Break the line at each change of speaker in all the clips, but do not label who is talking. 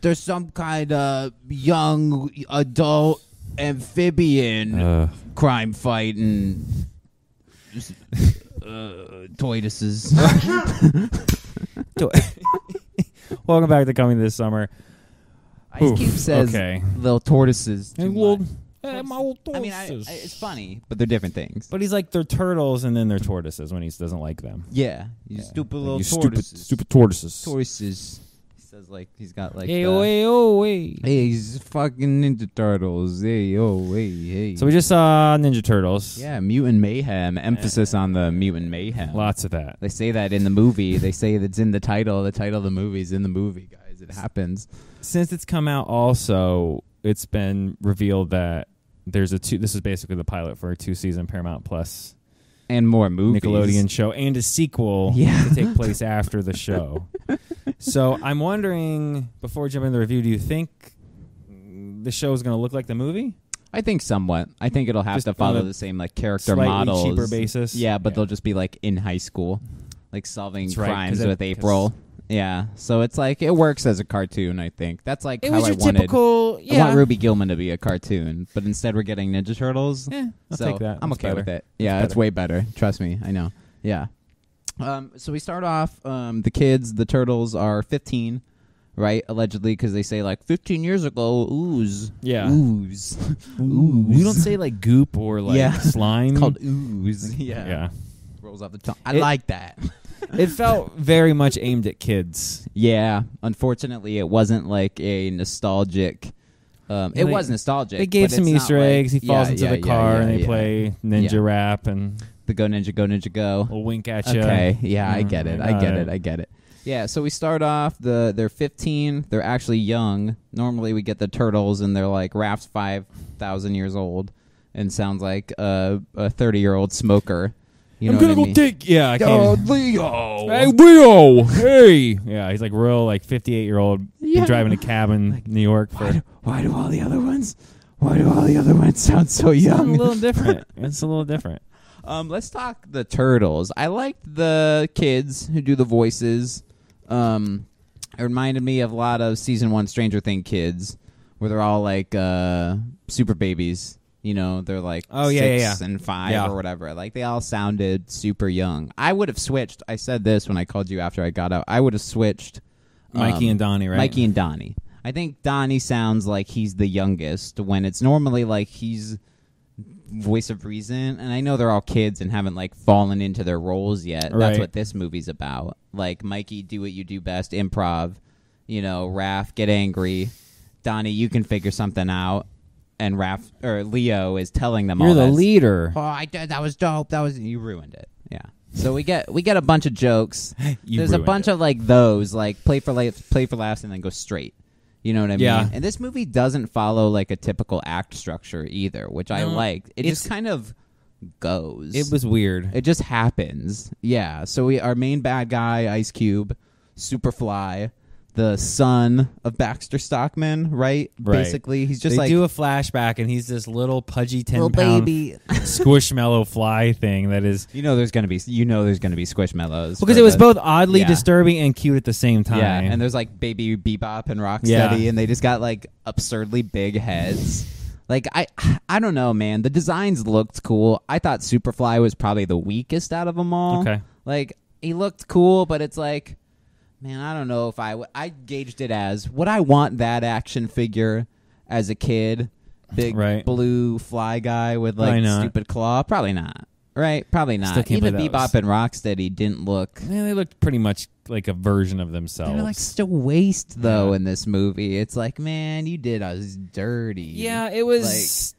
There's some kind of young adult amphibian
Uh.
crime fighting uh, tortoises.
Do- Welcome back to coming this summer.
Ice
Oof,
Cube says
okay.
little tortoises.
Hey,
too
little-
much.
hey, my little
I mean, I, I,
tortoises.
it's funny, but they're different things.
But he's like they're turtles, and then they're tortoises when he doesn't like them.
yeah, you
Yeah.
stupid
Like,
little
you
tortoises.
stupid, stupid tortoises.
tortoises. He says like he's got like. uh,
Hey,
the-
oh, hey, oh, hey.
Hey, he's fucking into turtles. Hey, oh, hey, hey.
So we just saw Ninja Turtles.
yeah, mutant mayhem. Emphasis on the mutant mayhem.
lots of that.
They say that in the movie. They say that's in the title. The title of the movie is in the movie, guys. It happens.
Since it's come out, also it's been revealed that there's a two. This is basically the pilot for a two-season Paramount Plus
And more movies.
Nickelodeon show and a sequel
Yeah.
to take place after the show. so I'm wondering, before jumping into the review, do you think the show is going to look like the movie?
I think somewhat. I think it'll have
Just
to follow
on a
the same like character
Slightly
models.
cheaper basis.
Yeah, but they'll just be like in high school, like solving
That's right, 'cause
crimes
it-
with
'cause-
April. Yeah, so it's like it works as a cartoon. I think that's like
It
how
was
I
your
wanted.
typical. Yeah.
I want Ruby Gilman to be a cartoon, but instead we're getting Ninja Turtles.
Yeah, I'll
so
take that.
I'm
That's
okay
better.
with it. Yeah,
That's
it's way better. Trust me, I know. Yeah. Um, so we start off. Um, the kids, the turtles, are 15, right? Allegedly, because they say like 15 years ago, ooze,
Yeah.
ooze,
We don't say like goop or like
Yeah.
slime.
It's called ooze. Yeah.
yeah.
rolls off the tongue. I
It-
like that.
it felt very much aimed at kids.
yeah. Unfortunately, it wasn't like a nostalgic. Um, it
They-
was nostalgic.
They gave
but
some
it's not
Easter
like-
eggs. He falls
Yeah,
into
yeah,
the
yeah,
car
yeah,
and they
yeah.
play ninja
Yeah.
rap and
the Go Ninja Go Ninja Go.
a wink at you.
Okay, yeah, I get it. I get
Uh,
it. I get it. Yeah, so we start off the they're 15. They're actually young. Normally we get the turtles and they're like Raph's 5,000 years old and sounds like a a 30-year-old smoker. You know
I'm gonna
what
go
I mean?
take. Yeah, I
Oh,
can't.
Leo.
Hey, Leo. Hey. Yeah, he's like real, like 58 year old
Yeah.
driving a cab in New York for.
why, do, why do all the other ones? Why do all the other ones sound so
It's a
young?
little different. It's a little different.
Um, let's talk the turtles. I liked the kids who do the voices. Um, it reminded me of a lot of season one Stranger Thing kids, where they're all like uh, super babies. You know, they're like
Oh, yeah,
six
yeah, yeah.
and five
Yeah.
or whatever. Like they all sounded super young. I would have switched. I said this when I called you after I got out. I would have switched
Mikey
um,
and Donnie, right?
Mikey and Donnie. I think Donnie sounds like he's the youngest when it's normally like he's voice of reason. And I know they're all kids and haven't like fallen into their roles yet.
Right.
That's what this movie's about. Like Mikey, do what you do best, improv. You know, Raph, get angry. Donnie, you can figure something out. And Raph or Leo is telling them
You're
all
the
this.
leader.
Oh, I did. That was dope. That was you ruined it. Yeah. So we get we get a bunch of jokes.
You
There's a
ruined
bunch
it.
of like those, like play for laughs, play for laughs, and then go straight. You know what I
Yeah.
mean? And this movie doesn't follow like a typical act structure either, which I
No,
liked. It
it's-
just kind of goes.
It was weird.
It just happens. Yeah. So we our main bad guy, Ice Cube, Superfly, the son of Baxter Stockman, right?
Right.
Basically, he's just
they
like
do a flashback, and he's this little pudgy ten
little
pound
baby.
squishmallow fly thing that is
You know there's gonna be you know there's gonna be squishmallows
because
for
it was
the-
both oddly
yeah.
disturbing and cute at the same time.
yeah, and there's like baby bebop and rocksteady,
Yeah.
and they just got like absurdly big heads. like I I don't know, man. The designs looked cool. I thought Superfly was probably the weakest out of them all.
Okay.
like he looked cool, but it's like, man, I don't know if I would. I gauged it as would I want that action figure as a kid, big
Right.
blue fly guy with
Probably
like
not.
stupid claw? Probably not. Right? Probably not.
Still can't
Even
play those.
Bebop and Rocksteady didn't look.
Yeah, they looked pretty much like a version of themselves.
They're like still waste though
Oh, Yeah.
in this movie. It's like, man, you did us dirty.
yeah, it was.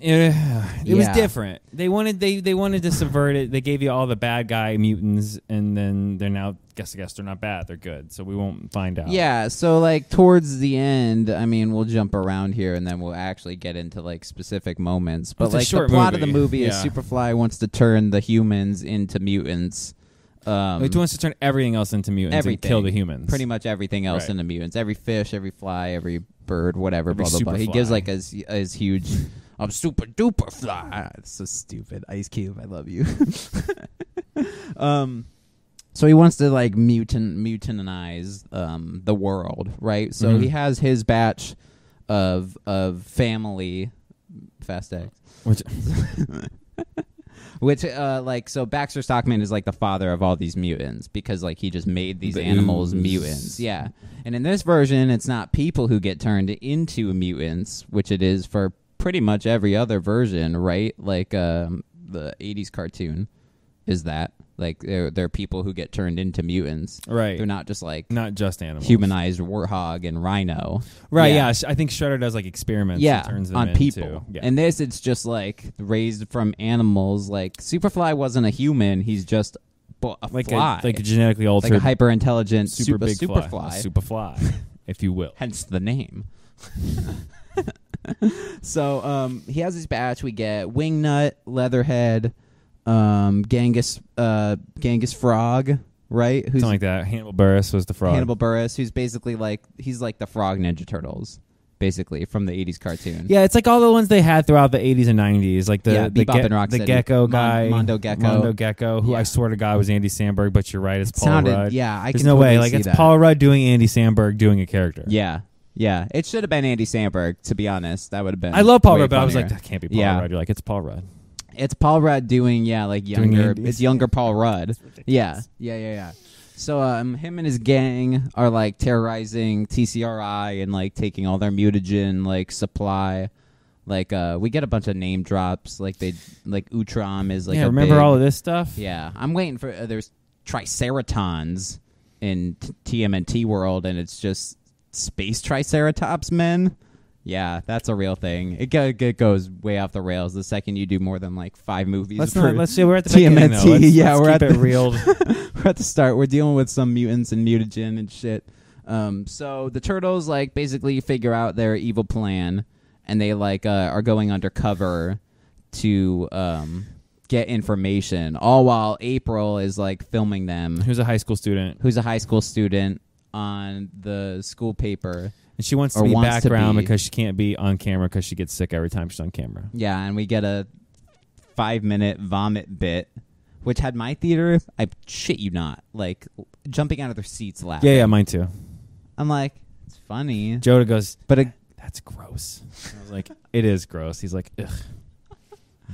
yeah, it was
Yeah.
different. They wanted they they wanted to subvert it. They gave you all the bad guy mutants, and then they're now guess I guess they're not bad. They're good. So we won't find out.
oh. Yeah, so like towards the end, I mean, we'll jump around here and then we'll actually get into like specific moments. But
It's a
like
short
the plot of the
movie.
movie is
Yeah.
Superfly wants to turn the humans into mutants. Um,
Like, he wants to turn everything else into mutants
Everything.
and kill the humans.
pretty much everything else
Right.
into mutants. Every fish, every fly, every bird, whatever,
Every
blah blah blah. He
superfly.
gives like his his huge I'm super duper Ah, fly. It's so stupid. Ice Cube, I love you. um So he wants to like mutant mutinize um, the world, right? So
Mhm.
he has his batch of of family Fast X.
Which
Which, uh, like, so Baxter Stockman is like the father of all these mutants because, like, he just made these
The
animals
ooze.
mutants. Yeah. And in this version, it's not people who get turned into mutants, which it is for pretty much every other version, right? Like, um, the 80s cartoon is that. Like, they're, they're people who get turned into mutants.
right,
They're not just like
not just animals.
humanized warthog and rhino.
Right.
Yeah.
Yeah. Sh I think Shredder does like experiments.
yeah,
and turns them
on
into-
people.
Yeah.
And this, it's just like raised from animals. Like Superfly wasn't a human; he's just bu- a
like
fly,
a like a genetically altered
hyper intelligent
super,
super,
big
superfly.
fly, a superfly, if you will.
hence the name. so um, he has his batch. We get Wingnut, Leatherhead, um, Genghis, uh, Genghis Frog, right? Who's
Something like that. Hannibal Burris was the frog.
Hannibal Burris? Who's basically like he's like the Frog Ninja Turtles, basically from the '80s cartoon.
Yeah, it's like all the ones they had throughout the 80s and 90s, like the
Yeah,
the,
Bebop and Rocksteady.
the gecko
Mon-
guy,
Mondo Gecko.
Mondo Gecko, who
Yeah.
I swear to God was Andy Samberg, but you're right, it's Paul
sounded
Rudd.
yeah. I
There's
can
no
totally
way, like
see
it's
that.
Paul Rudd doing Andy Samberg doing a character.
Yeah, yeah. It should have been Andy Sandberg. To be honest, that would have been.
I love Paul
way
Rudd, but I was
funnier.
like, that can't be Paul
Yeah.
Rudd. You're like, it's Paul Rudd.
it's Paul Rudd doing yeah, like
Doing
younger.
Andy.
It's younger Paul Rudd. Yeah,
ridiculous.
yeah, yeah, yeah. So um, him and his gang are like terrorizing TCRI and like taking all their mutagen like supply. Like uh, we get a bunch of name drops. Like they like Utram is like
yeah,
a
remember
big-
all of this stuff?
Yeah, I'm waiting for uh, there's Triceratons in t- TMNT world, and it's just space Triceratops men. Yeah, that's a real thing. It, go, it goes way off the rails the second you do more than like five movies.
Let's
per-
not. Let's see. We're at the beginning, though.
TMNT,
Let's-
yeah,
let's
we're
keep
at the-
it real.
we're at the start. We're dealing with some mutants and mutagen and shit. Um, so the turtles like basically figure out their evil plan, and they like uh, are going undercover to um, get information. All while April is like filming them,
Who's a high school student?
who's a high school student on the school paper.
And she wants
Or
to be
wants to
background
be.
because she can't be on camera because she gets sick every time she's on camera.
Yeah, and we get a five minute vomit bit, which had my theater. I shit you not, like jumping out of their seats laughing.
Yeah, yeah, mine too.
I'm like, it's funny,
Joda goes,
but it
"That's gross." I was like, "It is gross." He's like, "Ugh."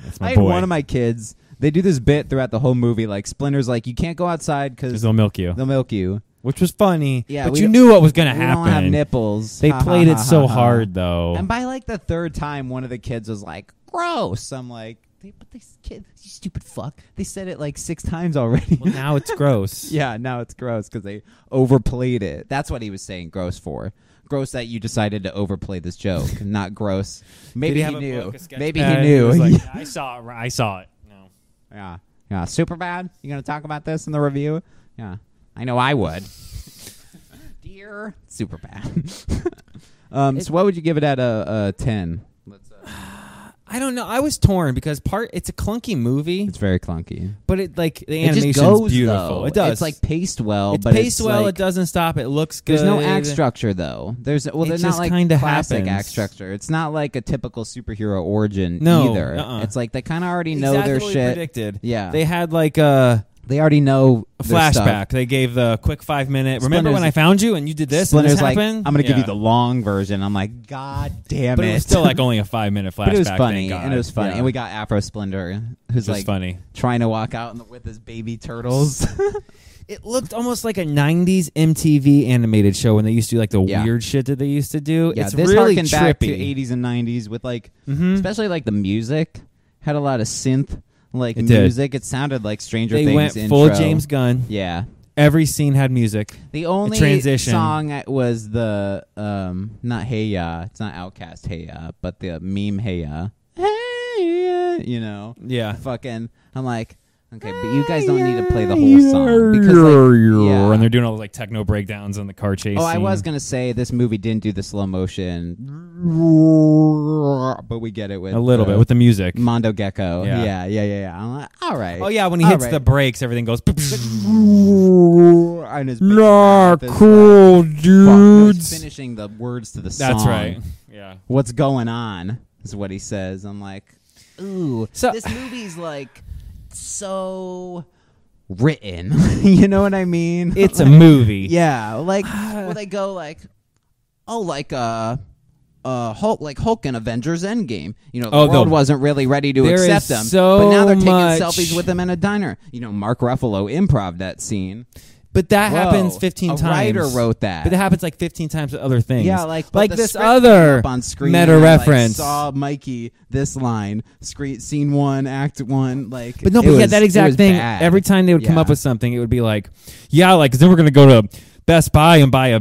That's
I
my
had
boy.
one of my kids. They do this bit throughout the whole movie. Like Splinter's like, you can't go outside
'Cause
because
they'll milk you,
they'll milk you.
which was funny.
Yeah,
but
we
you
don't-
knew what was gonna
We
happen.
don't have nipples.
They
Ha, ha,
played it
ha,
so
ha, ha.
hard, though.
And by like the third time, one of the kids was like, "Gross." I'm like, they, "But this kid, you stupid fuck." They said it like six times already.
well, now it's gross.
yeah, now it's gross because they overplayed it. That's what he was saying. Gross for. Gross that you decided to overplay this joke, not gross. Maybe he, knew. Maybe he knew.
I saw it. I saw it. No.
Yeah. Yeah. Super bad. You gonna talk about this in the review? Yeah. I know I would. Dear super bad. um so what would you give it uh, at a, a ten?
I don't know. I was torn because part it's a clunky movie,
It's very clunky.
but it like the
It
animation
just goes
is beautiful.
Though.
It does.
It's like paced well,
it's
but
paced
it's
well.
like-
it doesn't stop. It looks good.
There's no act structure though. There's well,
It
there's not
just
like
kinda
classic
happens.
act structure. It's not like a typcal superhero origin
No,
either.
uh-uh.
It's like they kind of already know
Exactly
their
what we
shit.
Predicted.
Yeah,
They had like uh, a
they already know their stuff.
flashback. They gave the quick five minute. Remember
Splinter's-
when I found you and you did this?
Splinter's
and this
like,
happened?
I'm gonna give you
Yeah.
the long version. I'm like, God damn
But
it!
it was still like only a five minute flashback.
but it was
thank
funny,
God.
and it was funny,
Yeah.
and we got Afro Splendor, who's
Which was
like
funny.
trying to walk out in the- with his baby turtles.
It looked almost like a '90s MTV animated show when they used to do like the
Yeah.
weird shit that they used to do.
yeah,
it's
this
really
harkened
trippy.
back to 80s and 90s with like,
Mhm.
especially like the music had a lot of synth like
It did.
music. It sounded like Stranger
They
Things
went
intro.
full James Gunn.
Yeah,
Every scene had music.
the only
transition.
song I- was the um not Hey Ya, it's not Outcast Hey Ya, but the meme Hey Ya. Hey Ya, you know.
Yeah.
fucking I'm like, okay, but you guys don't need to play the whole song because like, yeah.
And they're doing all those like techno breakdowns on the car chase.
Oh, I
scene.
was gonna say this movie didn't do the slow motion, but we get it with
a little
the
bit with the music.
Mondo Gecko. Yeah,
Yeah.
yeah, yeah, yeah. I'm like, all right.
Oh yeah, when he
all
hits
right.
the brakes, everything goes.
and his big
Nah,
mouth is
cool,
like, fuck, he's
dudes.
finishing the words to the song.
That's right. Yeah.
What's going on is what he says. I'm like, ooh,
So-
this movie's like so written. you know what I mean?
It's a
Like,
movie.
yeah, like well, they go like, oh, like uh, uh, Hulk, like Hulk in Avengers Endgame. You know, the
Oh,
world
the-
wasn't really ready to
there
accept
is
them,
so
but now they're taking
much-
selfies with him in a diner. You know, Mark Ruffalo improv that scene.
But that
Whoa,
happens 15
a
times.
writer wrote that.
But that happens like 15 times with other things.
Yeah, like but
like
the
this
script came
other
up on screen and
meta
I, like,
reference.
saw Mikey this line, screen, scene one, act one, like.
but no,
it
but yeah,
was-
that
it
exact
was
thing.
bad.
Every time they would come
Yeah.
up with something, it would be like, yeah, like 'cause then we're gonna go to Best Buy and buy a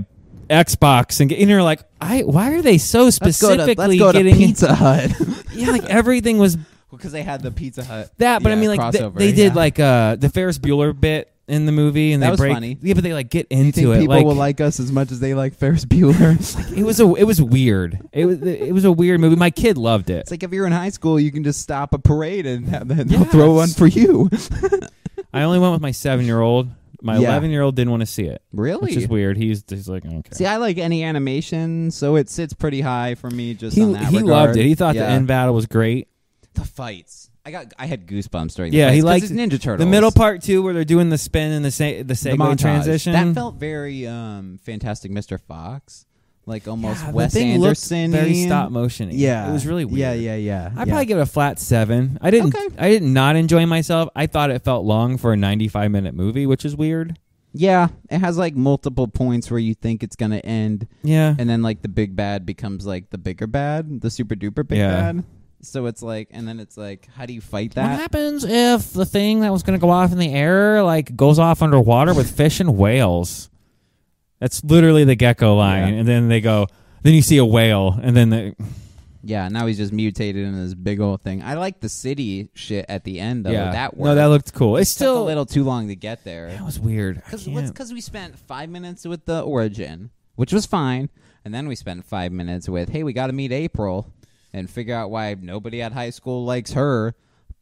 Xbox and get. And you're like, I why are they so
let's go to,
specifically
let's go to
getting?
Pizza Hut
Yeah, like everything was
because they had the Pizza Hut.
that. But I
yeah,
mean, like th-
crossover,
they did
yeah.
like uh the Ferris Bueller bit in the movie, and
That
they
was
break.
funny.
Yeah, but they like get
You think
into it.
people
Like,
will like us as much as they like Ferris Bueller. it's
it was a it was weird. It was it was a weird movie. My kid loved it.
like if you're in high school, you can just stop a parade and have them, they'll
Yeah,
throw one
it's-
for you.
I only went with my seven year old. My
Yeah.
eleven year old didn't want to see it,
Really?
which is weird. He's he's like okay.
See, I like any animation, so it sits pretty high for me. Just
he
on that
he
regard.
loved it. He thought
Yeah.
the end battle was great.
the fights. I got I had goosebumps during. the
Yeah,
fights,
he
'cause
liked
it's Ninja Turtles.
The middle part too, where they're doing the spin and the se-
the
the segue
montage.
transition.
that felt very um, Fantastic Mr. Fox, like almost
Yeah, the
Wes
thing looked
Anderson.
very stop motion.
Yeah,
it was really weird.
Yeah, yeah, yeah.
I probably give it a flat seven. I didn't.
Okay.
I did not enjoy myself. I thought it felt long for a ninety-five minute movie, which is weird.
yeah. It has like multiple points where you think it's gonna end,
Yeah,
and then like the big bad becomes like the bigger bad, the super duper big
Yeah.
bad. So it's like, and then it's like, how do you fight
What
that?
happens if the thing that was going to go off in the air like goes off underwater with fish and whales? That's literally the gecko line,
Yeah.
and then they go. Then you see a whale, and then the,
Yeah, now he's just mutated in this big old thing. I like the city shit at the end though.
yeah,
That worked.
no, that looked cool. It's
Just took
still
a little too long to get there.
That was weird. I can't-
Because we spent five minutes with the origin, which was fine, and then we spent five minutes with, hey, we got to meet April and figure out why nobody at high school likes her.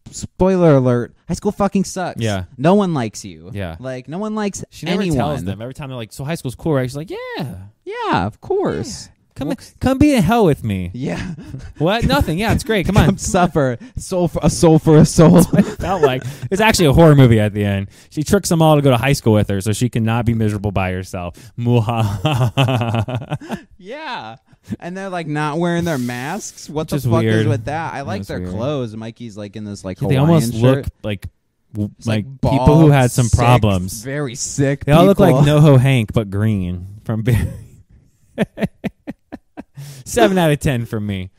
Spoiler alert: high school fucking sucks.
Yeah.
no one likes you.
Yeah.
like no one likes
she never
anyone.
tells them every time they're like, "So high school's cool, right?" She's like, "Yeah,
Yeah, of course.
come come be in hell with me."
Yeah,
What? Nothing. Yeah, it's great. Come on.
come suffer. Soul for a soul for a soul.
felt like it's actually a horror movie at the end. She tricks them all to go to high school with her so she cannot be miserable by herself. Muhaha.
yeah, and they're like not wearing their masks. What
Which
the
is
fuck is
weird.
with that? I like
was
their
weird.
clothes. Mikey's like in this like
they
Hawaiian
almost
shirt.
look like w-
It's
like, people
bald,
who had some
sick,
problems.
Very sick.
They all look like
people.
NoHo Hank but green from Barry. Seven out of ten from me.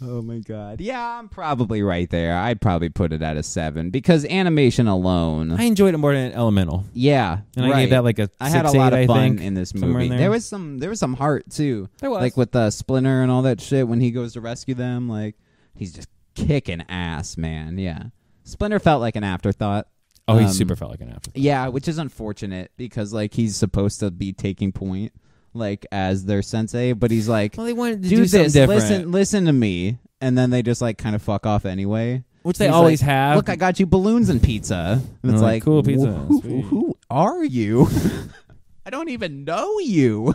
Oh my god. Yeah, I'm probably right there. I'd probably put it at a seven because animation alone.
I enjoyed it more than Elemental,
yeah,
and
right.
I gave that like a.
I had a
six,
lot
eight,
of
I
fun
think.
in this
somewhere
movie.
in
there.
there.
was some. There was some heart too.
There was.
like with uh, Splinter and all that shit when he goes to rescue them. Like he's just kicking ass, man. Yeah. Splinter felt like an afterthought.
oh, he
um,
super felt like an after.
Yeah, which is unfortunate because like he's supposed to be taking point like as their sensei, but he's like
Well, they wanted to
do,
do, something
this.
different,
Listen, listen to me, and then they just like kind of fuck off anyway.
which they
He's
always
like,
have.
Look, I got you balloons and pizza. And it's
I'm like,
like,
"Cool pizza,
"Wh- Who,
sweet."
who are you? I don't even know you.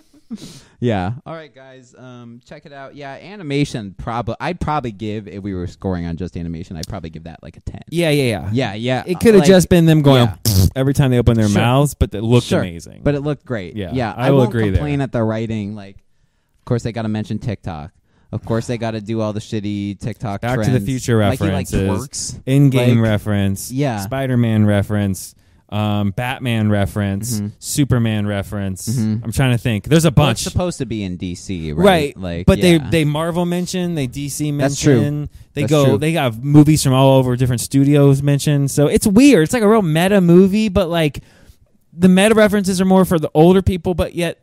yeah. All right, guys. Um, check it out. Yeah, animation. Probably, I'd probably give if we were scoring on just animation. I'd probably give that like a ten.
yeah, yeah, yeah,
Yeah, yeah.
It could have
like-
just been them going
yeah.
every time they open their
Sure.
mouths, but it looked
Sure.
amazing.
But it looked great.
Yeah,
yeah.
I will
won't
agree there.
complain at the writing. Like, of course they got to mention TikTok. Of course they got to do all the shitty TikTok.
Back to the
trends.
Future
Mikey, like,
references.
twerks.
in-game
like-
reference,
Yeah.
Spider-Man reference, um, Batman reference,
Mm-hmm.
Superman reference. I'm trying to think. There's a
Well, it's
bunch,
supposed to be in DC, Mm-hmm. right?
right?
Like,
but
yeah.
they they Marvel mention, they DC mention.
That's true.
They
That's
go.
true.
They got movies from all over different studios mentioned. So it's weird. It's like a real meta movie, but like the meta references are more for the older people, but yet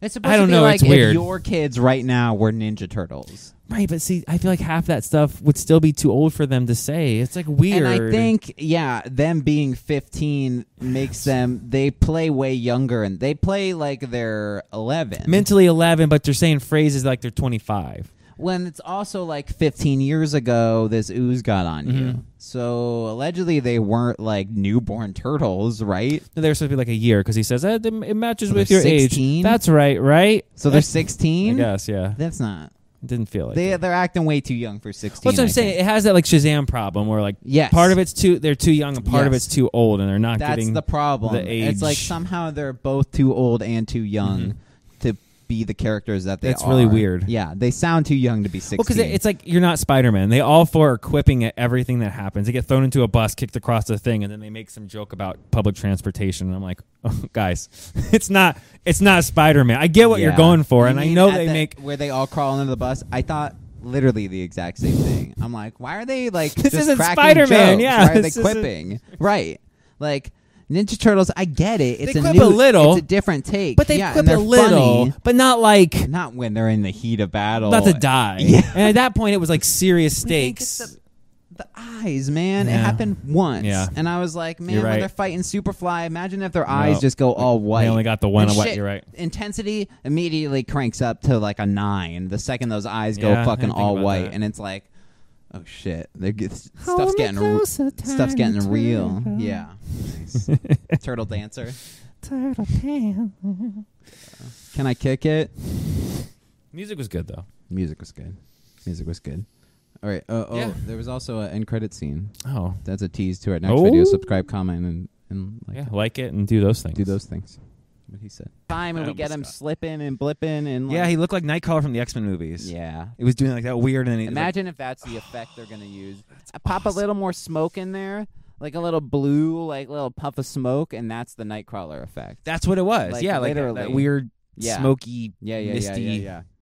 It's supposed
I don't
to be
know,
Like
it's
if
weird.
your kids right now were Ninja Turtles,
Right, but see, I feel like half that stuff would still be too old for them to say. It's like weird.
and I think yeah, them being fifteen makes them they play way younger, and they play like they're eleven.
mentally 11, but they're saying phrases like they're 25.
when it's also like 15 years ago this ooze got on
Mm-hmm.
you so allegedly they weren't like newborn turtles right
No, they're supposed to be like a year because he says eh, it matches with
they're
your
16?
age. That's right, right?
so they're
I
16
guess, yeah.
that's not
It didn't feel like
They
it.
they're acting way too young for sixteen.
That's what I'm
I
saying.
think.
It has that like Shazam problem where like
Yes.
part of it's too they're too young and part of
Yes.
it's too old and they're not
That's
getting
the problem.
the
It's like
age. Mm-hmm.
somehow they're both too old and too young to be the characters that they
That's
are.
really weird.
Yeah, they sound too young to be sixteen.
Well, because it's like you're not Spider Man. They all four are quipping at everything that happens. They get thrown into a bus, kicked across the thing, and then they make some joke about public transportation. And I'm like, oh, guys, it's not it's not Spider Man. I get what you're
Yeah.
going for,
You
and I
mean
know
at
they
the-
make
where they all crawl under the bus. I thought literally the exact same thing. I'm like, why are they like
This
just
isn't
cracking
Spider-Man,
jokes?
yeah,
why are they
this isn't-
quipping? Right, like Ninja Turtles. I get it. It's a
quip
new,
a little,
It's a different take.
but they
yeah,
quip
and
a
they're
little,
funny.
but not like
Not when they're in the heat of battle.
not to die.
Yeah.
And at that point, it was like serious
We think it's
stakes.
The, the eyes, man. It
Yeah.
happened once.
Yeah.
And I was like, man,
You're
when
right.
they're fighting Superfly, imagine if their eyes
No.
just go all white.
They only got the one
And
of what
shit,
you're right.
Intensity immediately cranks up to like a nine the second those eyes go
Yeah, I didn't
fucking
think
all
about
white,
that.
and it's like, oh shit, they're get,
Hold
stuff's
me
getting re-
closer,
stuff's
tiny
getting real.
turtle.
Yeah, nice. turtle dancer. Can I kick it?
Music was good though.
Music was good. Music was good. All right. Uh, oh,
Yeah.
there was also an end credit scene.
Oh
That's a tease to our next video.
Oh.
Subscribe, comment, and and like
yeah, like it and do those things.
do those things. What he said. Time and we
Adam
get him
Scott.
slipping and blipping and like,
Yeah, he looked like Nightcrawler from the X Men movies.
yeah.
It was doing like that weird and then he was like,
Imagine if that's the effect they're gonna use. I pop a little more smoke in there, like a little blue, like little puff of smoke, and that's the Nightcrawler effect.
That's what it was.
Like,
yeah, like that- that
literally.
weird
Yeah.
smoky
yeah, yeah, yeah,
misty
yeah, yeah.